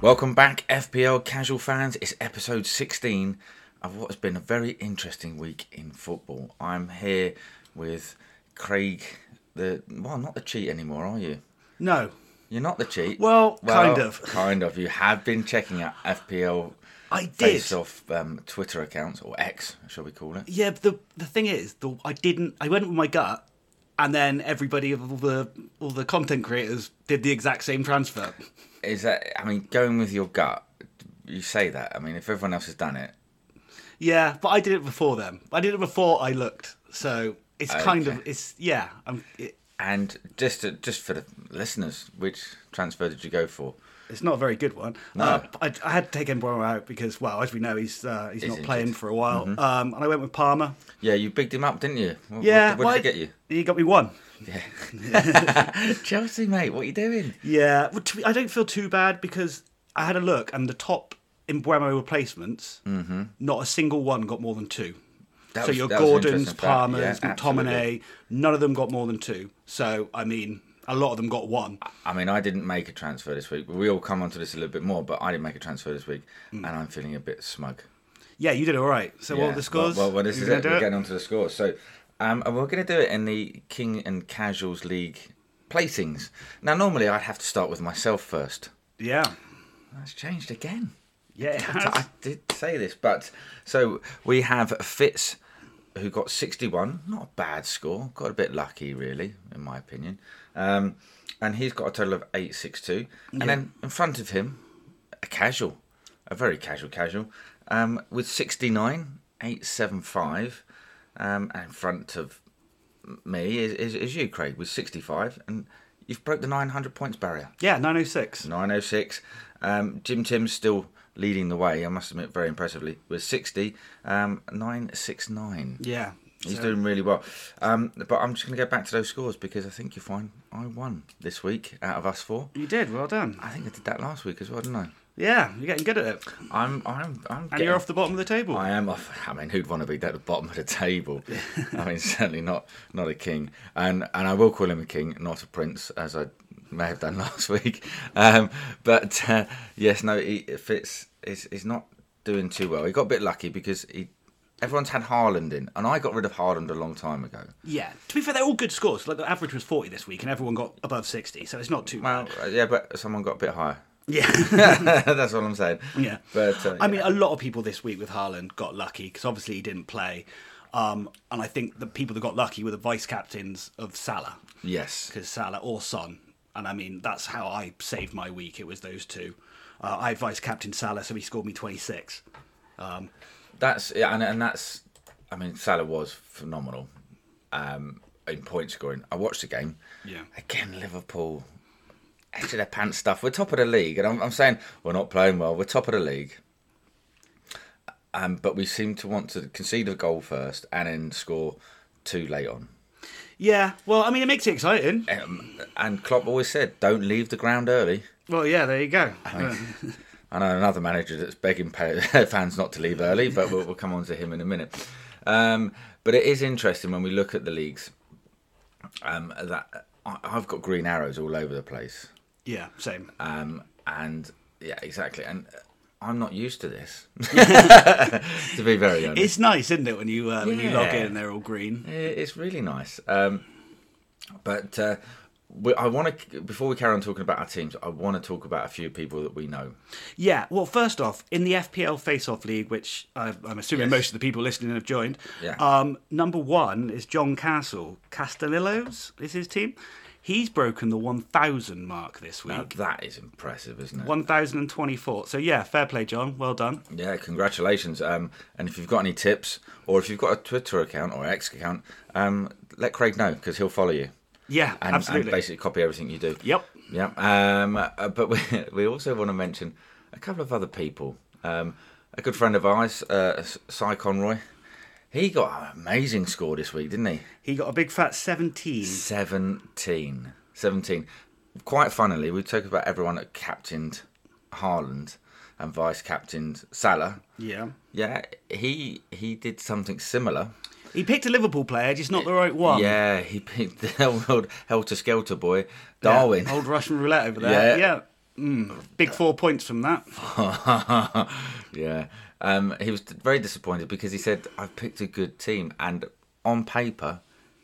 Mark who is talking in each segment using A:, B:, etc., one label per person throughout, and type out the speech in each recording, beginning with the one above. A: Welcome back, FPL casual fans. It's episode 16 of what has been a very interesting week in football. I'm here with Craig, the well, not the cheat anymore, are you?
B: No.
A: You're not the cheat.
B: Well, kind of.
A: Kind of. You have been checking out FPL
B: I did.
A: face off um, Twitter accounts, or X, shall we call it?
B: Yeah, but the the thing is, the, I didn't. I went with my gut, and then everybody, all the all the content creators, did the exact same transfer.
A: Is that, I mean, going with your gut, you say that. I mean, if everyone else has done it,
B: Yeah, but I did it before them. I did it before I looked. So it's kind of it's yeah. I'm, it,
A: and just to, just for the listeners, which transfer did you go for?
B: it's not a very good one. Uh, but I, I had to take Embuemo out because, well, as we know, he's uh, he's, not
A: injured.
B: playing for a while. Um, and I went with Palmer.
A: Yeah, you bigged him up, didn't you? What,
B: Yeah,
A: what, what did he get
B: He got me one.
A: you? Chelsea, mate, what are you doing?
B: Yeah, well, to be, I don't feel too bad because I had a look and the top Embuemo replacements, mm-hmm. not a single one got more than two.
A: That
B: so
A: was-
B: your
A: that was an
B: Gordons,
A: interesting fact.
B: Palmers,
A: Yeah,
B: McTominay,
A: absolutely.
B: none of them got more than two. So I mean, a lot of them got one.
A: I mean, I didn't make a transfer this week. We'll come onto this a little bit more, but I didn't make a transfer this week, and I'm feeling a bit smug.
B: Yeah, you did all right. So Mm. what
A: Yeah,
B: were the scores?
A: Well, well, well, this
B: You
A: is
B: gonna
A: it.
B: do
A: We're getting onto the scores. So, um, and we're going to do it in the King and Casuals League placings. Now, normally I'd have to start with myself first.
B: Yeah,
A: That's changed again.
B: yeah. it has.
A: I did say this, but so we have Fitz, who got 61. Not a bad score. Got a bit lucky, really, in my opinion. Um, and he's got a total of 862. And then in front of him, a casual, a very casual casual, um, with 69, 875. Um, and in front of me is, is, is you, Craig, with 65. And you've broke the 900 points barrier.
B: yeah, nine oh six.
A: 906. Um, Jim Tim's still leading the way, I must admit, very impressively, with 60, um, 969.
B: Yeah.
A: He's
B: So-
A: doing really well. Um, but I'm just going to go back to those scores because I think you'll find I won this week out of us four.
B: you did well done.
A: I think I did that last week as well, didn't I?
B: Yeah, you're getting good at it,
A: I'm, I'm, I'm.
B: and you're off the bottom of the table.
A: I am off. I mean, who'd want to be at the bottom of the table? I mean, certainly not not a king. And and I will call him a king, not a prince, as I may have done last week. Um, but uh, yes, no, he, Fitz is is not doing too well. He got a bit lucky because he. Everyone's had Haaland in, and I got rid of Haaland a long time ago.
B: Yeah. To be fair, they're all good scores. Like the average was forty this week, and everyone got above sixty, so it's not too bad.
A: Well, uh, yeah, but someone got a bit higher.
B: Yeah.
A: That's all I'm saying.
B: Yeah.
A: But uh,
B: I mean, a lot of people this week with Haaland got lucky because obviously he didn't play. Um, and I think the people that got lucky were the vice captains of Salah,
A: yes,
B: because Salah or Son. And I mean, that's how I saved my week. It was those two. Uh, I vice captain Salah, so he scored me 26.
A: That's yeah, and and that's I mean Salah was phenomenal um, in point scoring. I watched the game.
B: Yeah.
A: Again, Liverpool. Edge of their pants stuff. We're top of the league, and I'm, I'm saying we're not playing well. We're top of the league, um, but we seem to want to concede a goal first and then score two late on.
B: Yeah, well, I mean, it makes it exciting.
A: Um, and Klopp always said, "Don't leave the ground early."
B: Well, yeah, there you go. Uh,
A: I know another manager that's begging pa- fans not to leave early, but we'll, we'll come on to him in a minute. Um, but it is interesting when we look at the leagues um, that I, I've got green arrows all over the place,
B: yeah, same.
A: um, and yeah, exactly. And uh, I'm not used to this, to be very honest.
B: It's nice, isn't it, when you uh, when you log
A: Yeah.
B: in and they're all green?
A: Yeah, It's really nice. Um, but uh, we, I want to before we carry on talking about our teams, I want to talk about a few people that we know.
B: Yeah, well, first off, in the FPL Face Off League, which I, I'm assuming
A: Yes.
B: most of the people listening have joined,
A: Yeah.
B: um, number one is John Castle. Castellillos is his team. He's broken the 1,000 mark this week.
A: Now, that is impressive, isn't it?
B: 1,024. So, yeah, fair play, John. Well done.
A: Yeah, congratulations. Um, and if you've got any tips, or if you've got a Twitter account or X account, um, let Craig know because he'll follow you.
B: Yeah,
A: And, and
B: absolutely.
A: basically copy everything you do.
B: Yep.
A: Yeah. Um, uh, but we, we also want to mention a couple of other people. Um, a good friend of ours, uh, Cy Conroy, he got an amazing score this week, didn't he?
B: He got a big fat 17.
A: 17. 17. Quite funnily, we talked about everyone that captained Haaland and vice captained Salah.
B: Yeah.
A: Yeah, he he did something similar.
B: He picked a Liverpool player, just not the right one.
A: yeah, he picked the old Helter Skelter boy,
B: Yeah,
A: Darwin.
B: Old Russian roulette over
A: Yeah.
B: there. Yeah. Mm, Big four points from that.
A: yeah. Um, he was very disappointed because he said, I've picked a good team. And on paper,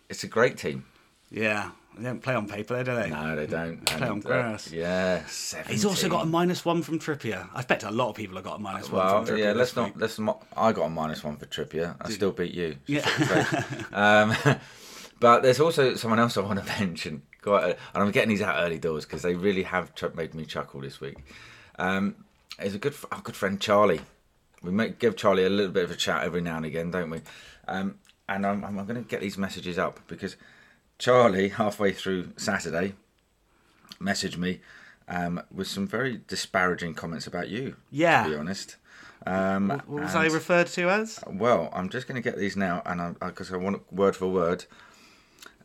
A: it's a great team.
B: Yeah. They don't play on paper, do they?
A: No, they don't.
B: Play on
A: And, uh,
B: grass.
A: yeah. 17.
B: He's also got a minus one from Trippier. I bet a lot of people have got a minus one
A: Well,
B: from Trippier.
A: yeah, let's
B: this
A: not.
B: week.
A: Let's not. I got a minus one for Trippier. I still beat you.
B: Yeah.
A: Um, but there's also someone else I want to mention. Quite, a, and I'm getting these out early doors because they really have ch- made me chuckle this week. Um, is a good, fr- our good friend Charlie. We make, give Charlie a little bit of a chat every now and again, don't we? Um, and I'm, I'm going to get these messages up because Charlie, halfway through Saturday, messaged me um, with some very disparaging comments about you.
B: Yeah.
A: to be honest. Um,
B: what was
A: and-
B: I referred to as?
A: well, I'm just going to get these now, and because I, 'cause I want it word for word.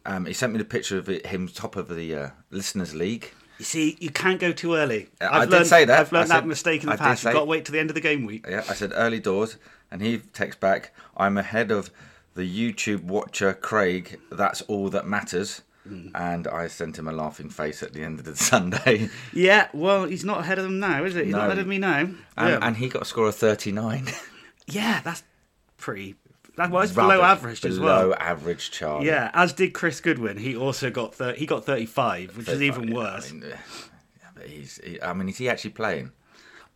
A: Um, he sent me the picture of it, him top of the uh, listeners' league.
B: You see, you can't go too early.
A: Yeah, I
B: I've
A: did
B: learned,
A: say that.
B: I've learned
A: I
B: that
A: said-
B: mistake in
A: I
B: the
A: did
B: past.
A: say-
B: You've got to wait to the end of the game week.
A: Yeah, I said early doors, and he texts back, "I'm ahead of the YouTube watcher Craig. That's all that matters."
B: Hmm.
A: And I sent him a laughing face at the end of the Sunday,
B: Yeah, well, he's not ahead of them now, is it? He's
A: No.
B: not ahead of me now.
A: and,
B: yeah.
A: and he got a score of 39.
B: yeah, that's pretty. That, well, it's below
A: Rubbish.
B: average as well.
A: Below average, Charlie.
B: Yeah, as did Chris Goodwin. He also got thir- he got 35, which is even
A: Yeah,
B: worse.
A: I mean, yeah, but he's. He, I mean, is he actually playing?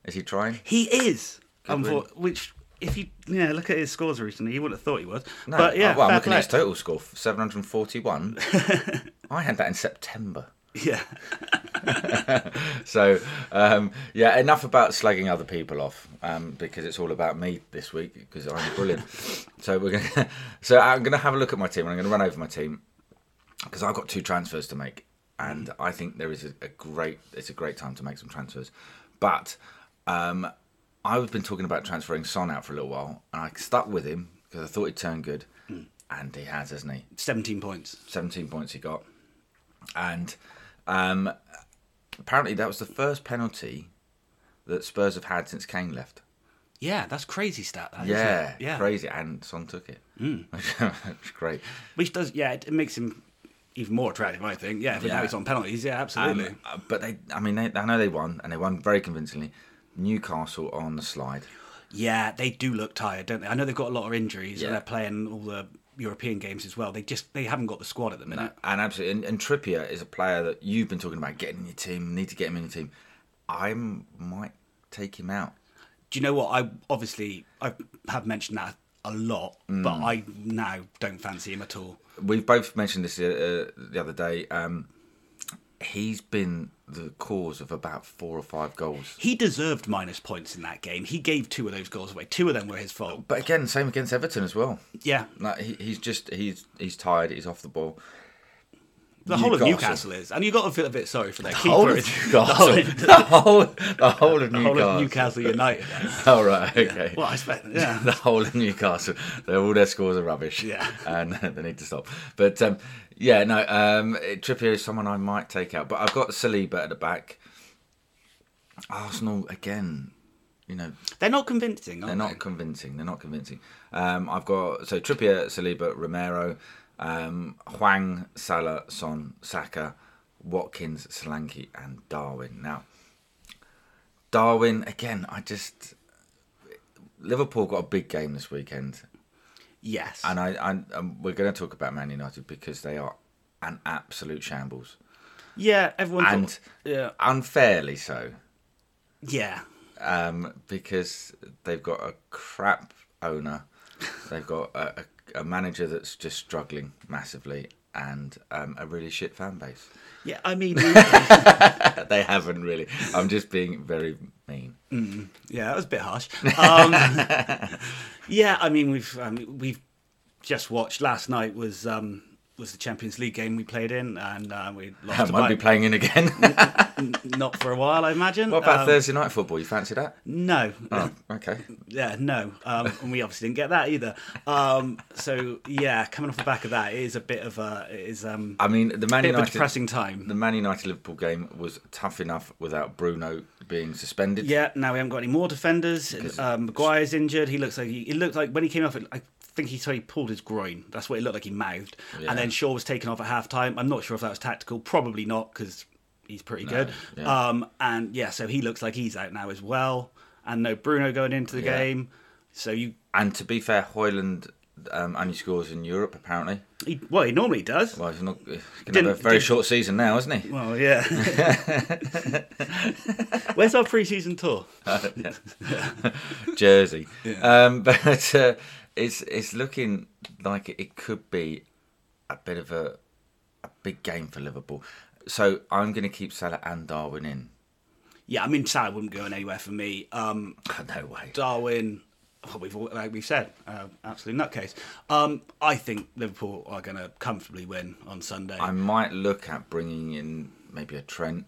A: Is he trying?
B: He is,
A: Goodwin.
B: unfor- which if you yeah look at his scores recently, you wouldn't have thought he was.
A: No,
B: but yeah,
A: uh, well, I'm
B: fair
A: looking
B: play.
A: at his total score, 741. I had that in September.
B: Yeah,
A: So, um, yeah, enough about slagging other people off um, because it's all about me this week because I'm brilliant. so we're gonna, so I'm going to have a look at my team and I'm going to run over my team because I've got two transfers to make, and
B: Mm.
A: I think there is a, a great it's a great time to make some transfers. But um, I've been talking about transferring Son out for a little while, and I stuck with him because I thought he'd turn good,
B: Mm.
A: and he has, hasn't he?
B: 17 points.
A: 17 points he got. And um, apparently that was the first penalty that Spurs have had since Kane left.
B: Yeah, that's crazy stat. that, isn't it?
A: Yeah,
B: yeah, Hmm.
A: crazy. And Son took it. It's great.
B: Which does yeah, it, it makes him even more attractive, I think. Yeah, but
A: Yeah.
B: now he's on penalties. Yeah,
A: Um,
B: absolutely.
A: uh, but they, I mean, they, I know they won, and they won very convincingly. Newcastle on the slide.
B: Yeah, they do look tired, don't they? I know they've got a lot of injuries
A: Yeah.
B: and they're playing all the European games as well. They just they haven't got the squad at the minute.
A: And absolutely, and, and Trippier is a player that you've been talking about getting in your team. Need to get him in your team. I might take him out.
B: Do you know what? I obviously I have mentioned that a lot, but I now don't fancy him at all.
A: we've both mentioned this uh, the other day. Um, he's been the cause of about four or five goals.
B: He deserved minus points in that game. He gave two of those goals away. Two of them were his fault.
A: But again, same against Everton as well.
B: Yeah,
A: Like he, he's just he's he's tired. He's off the ball.
B: the whole of
A: Newcastle.
B: Newcastle is, and you got to feel a bit sorry for their keeper.
A: Whole of
B: It's-
A: Newcastle.
B: the
A: the whole the whole of
B: whole, the whole
A: Newcastle.
B: of Newcastle United.
A: All right. Okay.
B: Well, I expect. Yeah,
A: the whole of Newcastle. They're, all their scores are rubbish.
B: Yeah.
A: And they need to stop. But um, yeah, no, um, Trippier is someone I might take out. But I've got Saliba at the back. Arsenal, again, you know,
B: they're not convincing. Are
A: they're not convincing. They're not convincing. Um, I've got, so Trippier, Saliba, Romero, um, Huang, Salah, Son, Saka, Watkins, Solanke, and Darwin. Now, Darwin, again, I just. Liverpool got a big game this weekend.
B: Yes.
A: And I, I um, we're going to talk about Man United because they are an absolute shambles,
B: Yeah, everyone.
A: and
B: thought- yeah,
A: unfairly so,
B: yeah,
A: um, because they've got a crap owner, they've got a, a, a manager that's just struggling massively, and um, a really shit fan base.
B: yeah. I mean, Uh,
A: they haven't really. I'm just being very mean.
B: yeah, that was a bit harsh. Um, yeah, I mean, we've um, we've just watched last night was um, was the Champions League game we played in, and uh, we lost.
A: I
B: to
A: might be
B: Bayern-
A: playing in again.
B: not for a while, I imagine.
A: what about
B: Um,
A: Thursday night football? You fancy that?
B: No,
A: Oh, okay.
B: yeah, no, um, and we obviously didn't get that either. Um, so yeah, coming off the back of that it is a bit of a it is um,
A: I mean, the Man
B: bit of a
A: United.
B: depressing time.
A: The Man United Liverpool game was tough enough without Bruno being suspended.
B: Yeah, now we haven't got any more defenders. Um, Maguire's injured. He looks like he, it looked like when he came off. It, I think he so he pulled his groin. That's what it looked like. He mouthed,
A: Yeah.
B: and then Shaw was taken off at half time. I'm not sure if that was tactical. Probably not because he's pretty
A: No,
B: good.
A: yeah.
B: Um, and yeah, so he looks like he's out now as well. And no Bruno going into the
A: Yeah.
B: game. So you,
A: And to be fair, Hoyland um, only scores in Europe apparently.
B: he, well, he normally does.
A: Well, he's not he's gonna
B: Didn't-
A: have a very
B: did-
A: short season now, isn't he?
B: Well, yeah. Where's our pre-season tour?
A: Jersey. Um, but uh, it's it's looking like it could be a bit of a a big game for Liverpool. So I'm going to keep Salah and Darwin in.
B: Yeah, I mean, Salah wouldn't go anywhere for me. Um,
A: No way.
B: Darwin, well, we've all- like we've said, uh, absolute nutcase. Um, I think Liverpool are going to comfortably win on Sunday.
A: I might look at bringing in maybe a Trent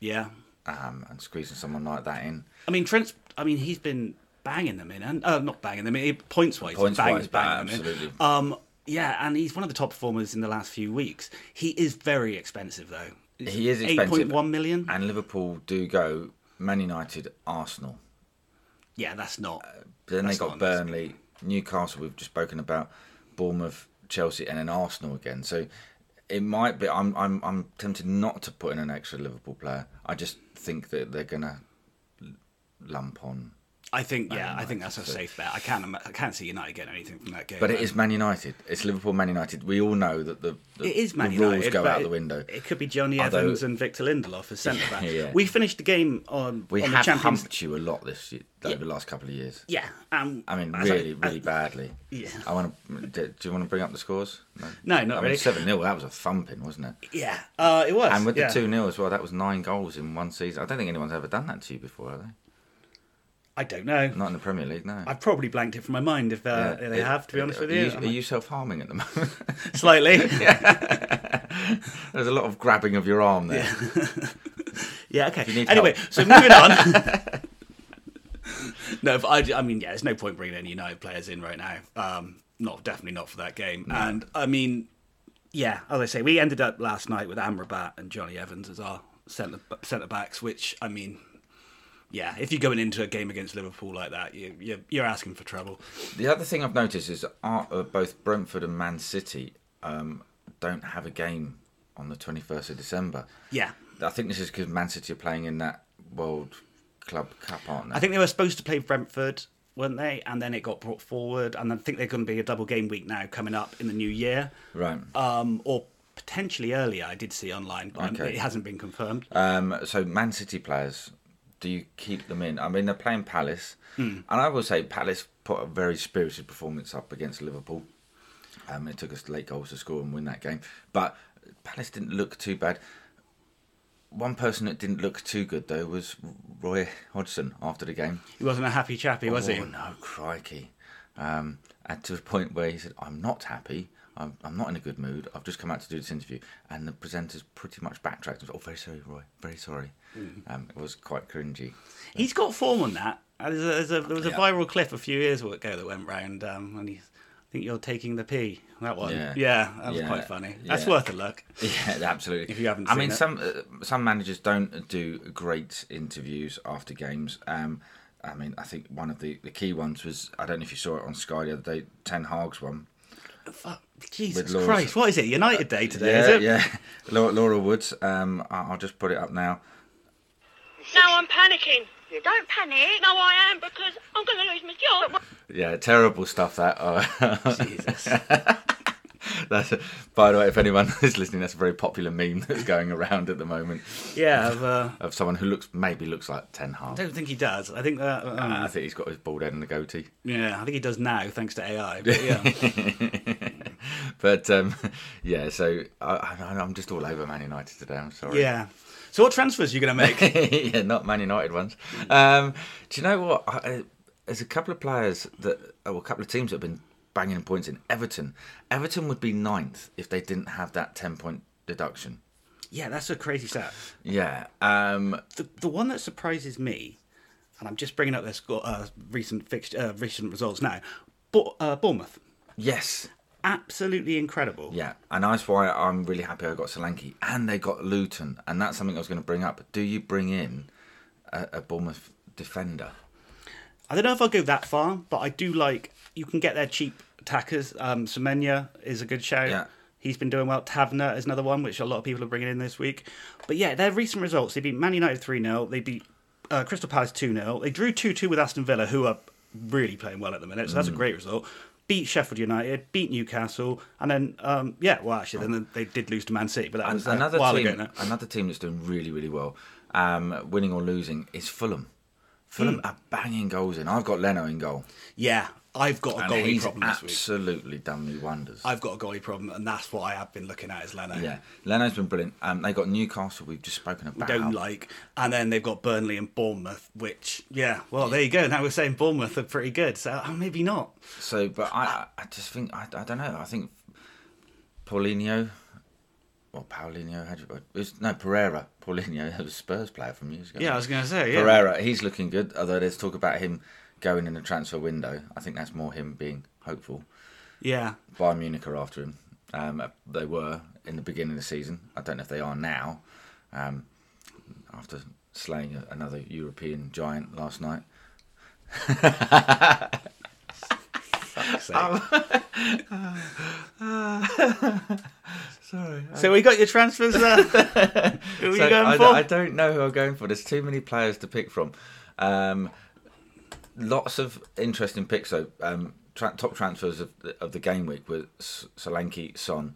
B: yeah,
A: um, and squeezing someone like that in.
B: I mean Trent's. I mean he's been banging them in, and uh, not banging them in points wise.
A: Points-wise,
B: banging
A: but
B: them in.
A: absolutely.
B: Um, yeah, and he's one of the top performers in the last few weeks. He is very expensive though. It's
A: He is expensive.
B: 8.1 million.
A: And Liverpool do go Man United, Arsenal.
B: Yeah, that's not.
A: But then
B: That's
A: they got
B: not a nice
A: Burnley, Newcastle. We've just spoken about Bournemouth, Chelsea, and then Arsenal again. So it might be. I'm I'm I'm tempted not to put in an extra Liverpool player. I just think that they're gonna l- lump on.
B: I think yeah, I think
A: United,
B: that's a
A: so-
B: safe bet. I can't ima- I can't see United getting anything from that game.
A: But it is Man United. It's Liverpool, Man United. We all know that the, the,
B: It is
A: the
B: Man
A: rules
B: United,
A: go
B: but
A: out
B: it-
A: the window.
B: It could be Johnny
A: Although-
B: Evans and Victor Lindelof as centre back.
A: Yeah.
B: We finished the game on,
A: we
B: on
A: have
B: the Champions.
A: humped you a lot this year, over the last couple of years.
B: Yeah, um,
A: I mean,
B: as
A: really,
B: I-
A: really badly.
B: yeah.
A: I want to. Do you want to bring up the scores?
B: No,
A: I
B: not
A: mean,
B: really.
A: seven 0 That was a thumping, wasn't it?
B: yeah, uh, it was.
A: And with
B: yeah.
A: the 2 0 as well, that was nine goals in one season. I don't think anyone's ever done that to you before, have they?
B: I don't know.
A: Not in the Premier League, no.
B: I've probably blanked it from my mind if, uh, if uh, they
A: It-
B: have. To be honest
A: are
B: with you,
A: Are
B: I'm
A: you, self harming at the moment?
B: like, slightly. yeah.
A: There's a lot of grabbing of your arm there.
B: Okay.
A: need
B: Anyway, so moving on. no, but I, I mean, yeah, there's no point bringing any United players in right now. Um, not definitely not for that game. And I mean, yeah, as I say, we ended up last night with Amrabat and Johnny Evans as our centre centre backs, which I mean. Yeah, if you're going into a game against Liverpool like that, you, you're, you're asking for trouble.
A: The other thing I've noticed is that our- uh, both Brentford and Man City um, don't have a game on the 21st of December.
B: Yeah,
A: I think this is because Man City are playing in that World Club Cup, aren't they?
B: I think they were supposed to play Brentford, weren't they? And then it got brought forward, and I think they're going to be a double game week now coming up in the new year,
A: Right.
B: um, or potentially earlier. I did see online, but
A: Okay.
B: it hasn't been confirmed.
A: Um, so Man City players, do you keep them in? I mean, they're playing Palace, and I will say Palace put a very spirited performance up against Liverpool. Um, it took us late goals to score and win that game, but Palace didn't look too bad. One person that didn't look too good though was Roy Hodgson after the game.
B: He wasn't a happy chappy, was he?
A: Oh no, crikey! Um, and to a point where he said, "I'm not happy. I'm, I'm not in a good mood. I've just come out to do this interview." And the presenters pretty much backtracked and said, "Oh, very sorry, Roy. Very sorry."
B: Mm-hmm.
A: Um, it was quite cringy.
B: He's got form on that. There's a, there's a, there was a
A: Yeah.
B: viral clip a few years ago that went round, um, and he's. I think you're taking the pee. That one.
A: Yeah.
B: Yeah, that was
A: Yeah.
B: quite funny. That's
A: Yeah.
B: worth a look.
A: Yeah, absolutely.
B: If you haven't
A: I
B: seen
A: mean,
B: it.
A: some uh, some managers don't do great interviews after games. Um, I mean, I think one of the, the key ones was I don't know if you saw it on Sky the other day, Ten Hag's one.
B: Fuck, Jesus
A: Laura's-
B: Christ. What is it? United Day today,
A: yeah,
B: is it?
A: yeah. Laura, Laura Woods. Um, I- I'll just put it up now.
C: No, I'm panicking. Don't panic. No, I am because I'm going to lose my job.
A: Yeah, terrible stuff that. Uh,
B: Jesus.
A: That's by the way, if anyone is listening, that's a very popular meme that's going around at the moment
B: Yeah, I've, uh,
A: of someone who looks maybe looks like Ten
B: I
A: Hag.
B: don't think he does. I think that. uh,
A: I think he's got his bald head and the goatee.
B: Yeah, I think he does now, thanks to AI. But yeah,
A: But um, yeah, so I, I, I'm just all over Man United today. I'm sorry.
B: yeah. So what transfers are you going to make?
A: yeah, not Man United ones. Um, do you know what? I, I- there's a couple of players that, or a couple of teams that have been banging points in Everton. Everton would be ninth if they didn't have that 10 point deduction.
B: yeah, that's a crazy stat.
A: Yeah. Um,
B: The the one that surprises me, and I'm just bringing up their score, uh, recent fixed, uh, recent results now. But uh, Bournemouth,
A: yes.
B: absolutely incredible.
A: Yeah, and that's why I'm really happy I got Solanke and they got Luton, and that's something I was going to bring up. Do you bring in a, a Bournemouth defender?
B: I don't know if I'll go that far, but I do like you can get their cheap attackers. Um, Semenya is a good shout.
A: Yeah.
B: He's been doing well. Tavner is another one, which a lot of people are bringing in this week. But yeah, their recent results they beat Man United 3 0. They beat uh, Crystal Palace 2 0. They drew 2 2 with Aston Villa, who are really playing well at the minute. So
A: Mm.
B: that's a great result. Beat Sheffield United, beat Newcastle, and then, um, yeah, well, actually, then they did lose to Man City, but that
A: And
B: was uh,
A: another
B: a while
A: team,
B: ago now.
A: another team that's doing really, really well, um, winning or losing, is Fulham. Fulham
B: Hmm.
A: are banging goals in. I've got Leno in goal,
B: Yeah, I've got a
A: and
B: goalie
A: he's
B: problem this week.
A: absolutely done me wonders.
B: I've got a goalie problem, and that's what I have been looking at is Leno.
A: yeah, Leno's been brilliant. Um, they got Newcastle. We've just spoken about.
B: Don't like, and then they've got Burnley and Bournemouth, which yeah, well there you go. Now we're saying Bournemouth are pretty good, so oh, maybe not.
A: So, but I, I just think I, I don't know. I think Paulinho, or Paulinho, how do you, it was, no Pereira, Paulinho, that was a Spurs player from years ago.
B: Yeah, I was gonna say yeah.
A: Pereira, he's looking good. Although there's talk about him going in the transfer window. I think that's more him being hopeful.
B: Yeah,
A: Bayern Munich are after him. Um, they were in the beginning of the season. I don't know if they are now. Um, after slaying a- another European giant last night.
B: so.
A: Um,
B: so we got your transfers there. Who are
A: So
B: you going
A: I,
B: for?
A: I don't know who I'm going for. There's too many players to pick from. Um, lots of interesting picks, though. Um, tra- top transfers of the, of the game week were S- Solanke, Son,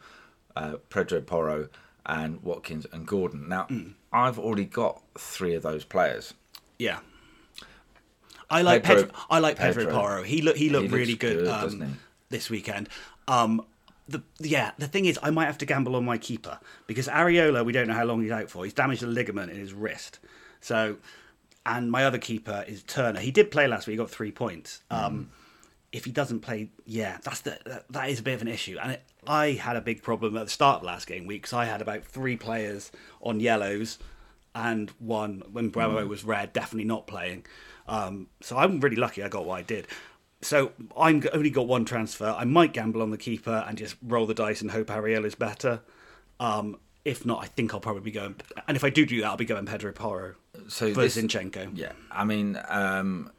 A: uh, Pedro Porro, and Watkins and Gordon. Now,
B: Hmm.
A: I've already got three of those players.
B: yeah. I like Pedro.
A: Pedro-
B: I like Pedro,
A: Pedro.
B: Porro. He look he looked
A: looks
B: really good,
A: good,
B: um,
A: doesn't he?
B: this weekend. Um, the yeah, the thing is, I might have to gamble on my keeper because Ariola. We don't know how long he's out for. He's damaged a ligament in his wrist. So, and my other keeper is Turner. He did play last week. He got three points.
A: Mm.
B: Um, If he doesn't play, yeah, that's the that, that is a bit of an issue. And it, I had a big problem at the start of last game week because I had about three players on yellows and one when Bravo was red, definitely not playing. Um, so I'm really lucky I got what I did. So I'm g- only got one transfer. I might gamble on the keeper and just roll the dice and hope Ariel is better. Um, if not, I think I'll probably be going. And if I do do that, I'll be going Pedro Porro
A: So
B: for
A: this-
B: Zinchenko.
A: Yeah, I mean, um,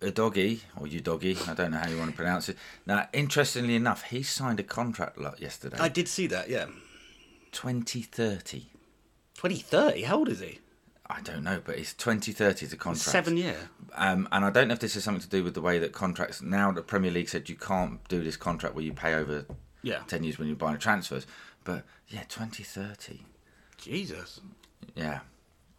A: Udogi or Udogi, I don't know how you want to pronounce it. Now, interestingly enough, he signed a contract lot yesterday,
B: I did see that. Yeah,
A: 2030.
B: 2030. How old is he?
A: I don't know, but it's 2030 is a contract.
B: Seven year.
A: Um, and I don't know if this is something to do with the way that contracts now the Premier League said you can't do this contract where you pay over
B: Yeah.
A: 10 years when you're buying transfers. But yeah, 2030.
B: Jesus.
A: Yeah,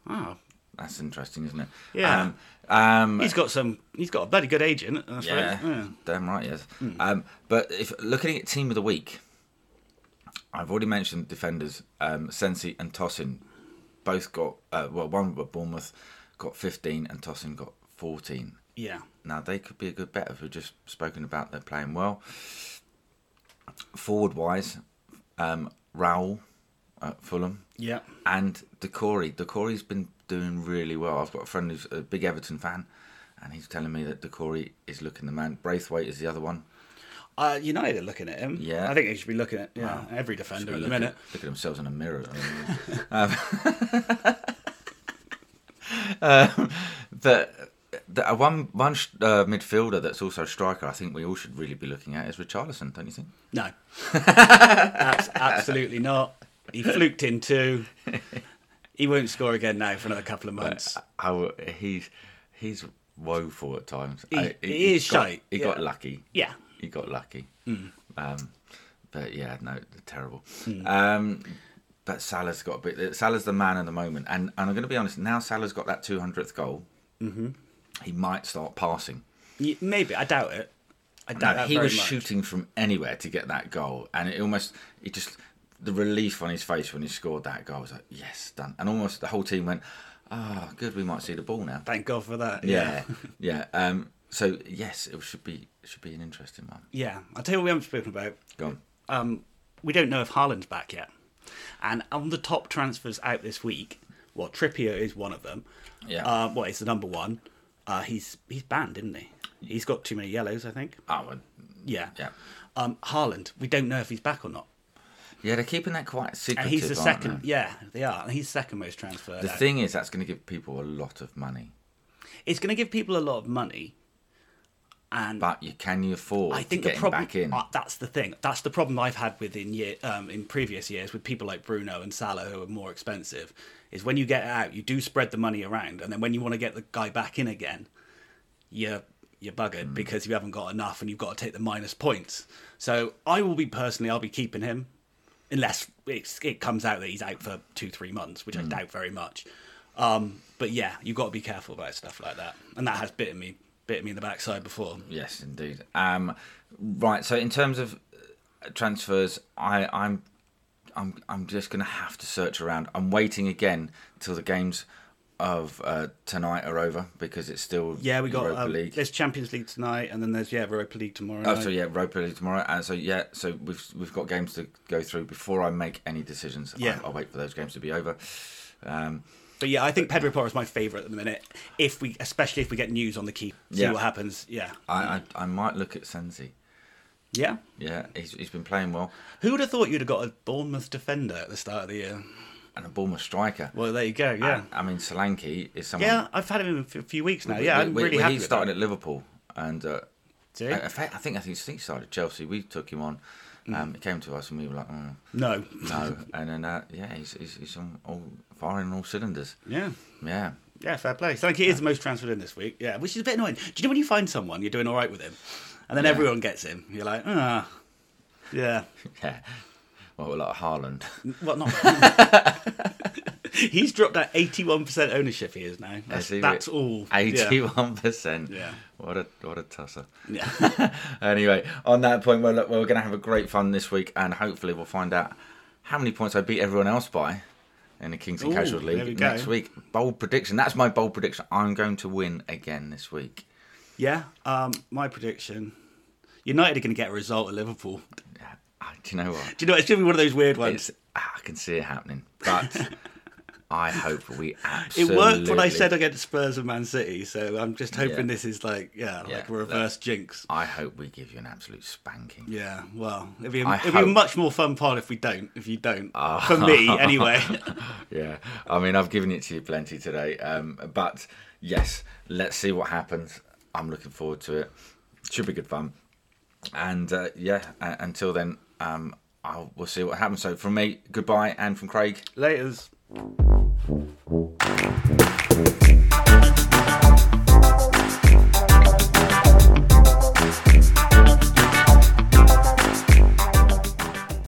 B: Wow.
A: that's interesting, isn't it?
B: Yeah.
A: Um, um,
B: He's got some. He's got a bloody good agent. I suppose.
A: Yeah,
B: yeah. Hmm.
A: damn right, yes. Um, but if looking at team of the week, I've already mentioned defenders um, Sensi and Tosin. Both got uh, well, one but Bournemouth got 15 and Tosin got 14.
B: Yeah.
A: Now they could be a good bet if we've just spoken about they're playing well. Forward wise, um, Raul at Fulham
B: Yeah.
A: and Decorey. Decorey's been doing really well. I've got a friend who's a big Everton fan, and he's telling me that Decorey is looking the man. Braithwaite is the other one.
B: Uh, United are looking at him.
A: Yeah.
B: I think they should be looking at yeah, every defender at the
A: Look
B: minute.
A: At, look at themselves in a mirror. I mean, um, but the, uh, one one sh- uh, midfielder that's also a striker, I think we all should really be looking at is Richarlison, don't you think?
B: No. Abs- absolutely not. He fluked in two. He won't score again now for another couple of months.
A: I w- Uh, oh, he's he's woeful at times.
B: He-
A: I-
B: he
A: he's
B: is
A: got-
B: shite,
A: He got
B: yeah.
A: lucky.
B: Yeah.
A: he got lucky. Um, but yeah, no, they're terrible. Um, but Salah's got a bit. Salah's the man at the moment, and and I'm going to be honest. Now Salah's got that 200th goal. Mm-hmm. He might start passing.
B: Y- Maybe. I doubt it. I doubt
A: No,
B: that
A: he
B: very
A: was
B: much.
A: shooting from anywhere to get that goal, and it almost it just the relief on his face when he scored that goal was like yes done, and almost the whole team went ah good we might see the ball now.
B: Thank God for that.
A: Yeah, yeah. Um, so yes, it should be should be an interesting one.
B: Yeah. I'll tell you what we haven't spoken about.
A: Go on.
B: Um, we don't know if Haaland's back yet. And on the top transfers out this week, well, Trippier is one of them.
A: Yeah.
B: Uh, well, he's the number one. Uh, he's he's banned, isn't he? He's got too many yellows, I think.
A: Oh, well,
B: Yeah.
A: yeah.
B: Um, Haaland, we don't know if he's back or not.
A: Yeah, they're keeping that quite secretive.
B: And he's the
A: aren't
B: second.
A: they?
B: Yeah, they are. And he's second most transferred.
A: The
B: out.
A: thing is, that's going to give people a lot of money.
B: it's going to give people a lot of money. And
A: But you can you afford
B: I think
A: to
B: the
A: get
B: problem
A: him back in?
B: uh, that's the thing. That's the problem I've had with in year um, in previous years with people like Bruno and Salah who are more expensive. Is when you get it out, you do spread the money around, and then when you want to get the guy back in again, you're you're buggered
A: Hmm.
B: because you haven't got enough, and you've got to take the minus points. So I will be personally, I'll be keeping him unless it's, it comes out that he's out for two three months,
A: Hmm.
B: which I doubt very much. Um, but yeah, you've got to be careful about stuff like that, and that has bitten me bitten me in the backside before.
A: Yes, indeed. Um, right. So in terms of uh, transfers, I, I'm, I'm, I'm just going to have to search around. I'm waiting again till the games of uh, tonight are over because it's still
B: Yeah, we got
A: Europa
B: um,
A: League.
B: there's Champions League tonight, and then there's yeah Europa League tomorrow.
A: Oh,
B: night.
A: so yeah, Europa League tomorrow, and so yeah, so we've we've got games to go through before I make any decisions.
B: Yeah.
A: I, I'll wait for those games to be over. Um,
B: But yeah, I think Pedro Porro is my favourite at the minute. If we, especially if we get news on the key, see
A: Yeah.
B: what happens. Yeah,
A: I, I I might look at Sensi.
B: yeah.
A: Yeah, he's he's been playing well,
B: Who would have thought you'd have got a Bournemouth defender at the start of the year?
A: and a Bournemouth striker.
B: Well, there you go. Yeah,
A: I mean, Solanke is someone.
B: yeah. I've had him for a few weeks now.
A: we-
B: Yeah,
A: we-
B: I'm
A: we-
B: really
A: we-
B: happy.
A: He
B: with
A: started
B: him.
A: at Liverpool, and uh,
B: Did he?
A: in fact, I think I think he started Chelsea. We took him on.
B: Mm.
A: Um, he came to us, and we were like, mm,
B: No.
A: no, and then uh, yeah, he's he's, he's on all firing all cylinders.
B: Yeah.
A: Yeah.
B: Yeah, fair play. So like he is the most transferred in this week. Yeah, which is a bit annoying. Do you know when you find someone, you're doing all right with him, and then everyone gets him. You're like, ah, yeah.
A: Yeah. Well, like Haaland.
B: Well, not. He's dropped out eighty-one percent ownership. He is now. That's, that's all. Yeah.
A: Eighty-one percent.
B: Yeah.
A: What a what a tosser.
B: Yeah.
A: anyway, on that point, well, look, we're going to have a great fun this week, and hopefully, we'll find out how many points I beat everyone else by in the Kingston
B: Ooh,
A: Casual
B: there we
A: League
B: go.
A: next week. Bold prediction. That's my bold prediction. I'm going to win again this week.
B: Yeah. Um, my prediction: United are going to get a result at Liverpool.
A: Yeah. Ah, Do you know what?
B: Do you know it's going to be one of those weird ones?
A: It's, ah, I can see it happening, but I hope we
B: it
A: absolutely.
B: worked when I said against Spurs and Man City, so I'm just hoping
A: Yeah.
B: this is like yeah,
A: Yeah,
B: like a reverse jinx.
A: I hope we give you an absolute spanking.
B: Yeah, well, it'd be a,
A: I
B: it'd be a
A: hope- Ah.
B: much more fun part if we don't. If you don't, for me anyway.
A: Yeah, I mean, I've given it to you plenty today, um, but yes, let's see what happens. I'm looking forward to it. Should be good fun. And uh, yeah, uh, until then, um, I'll, we'll see what happens. So, from me, goodbye, and from Craig.
B: Later's.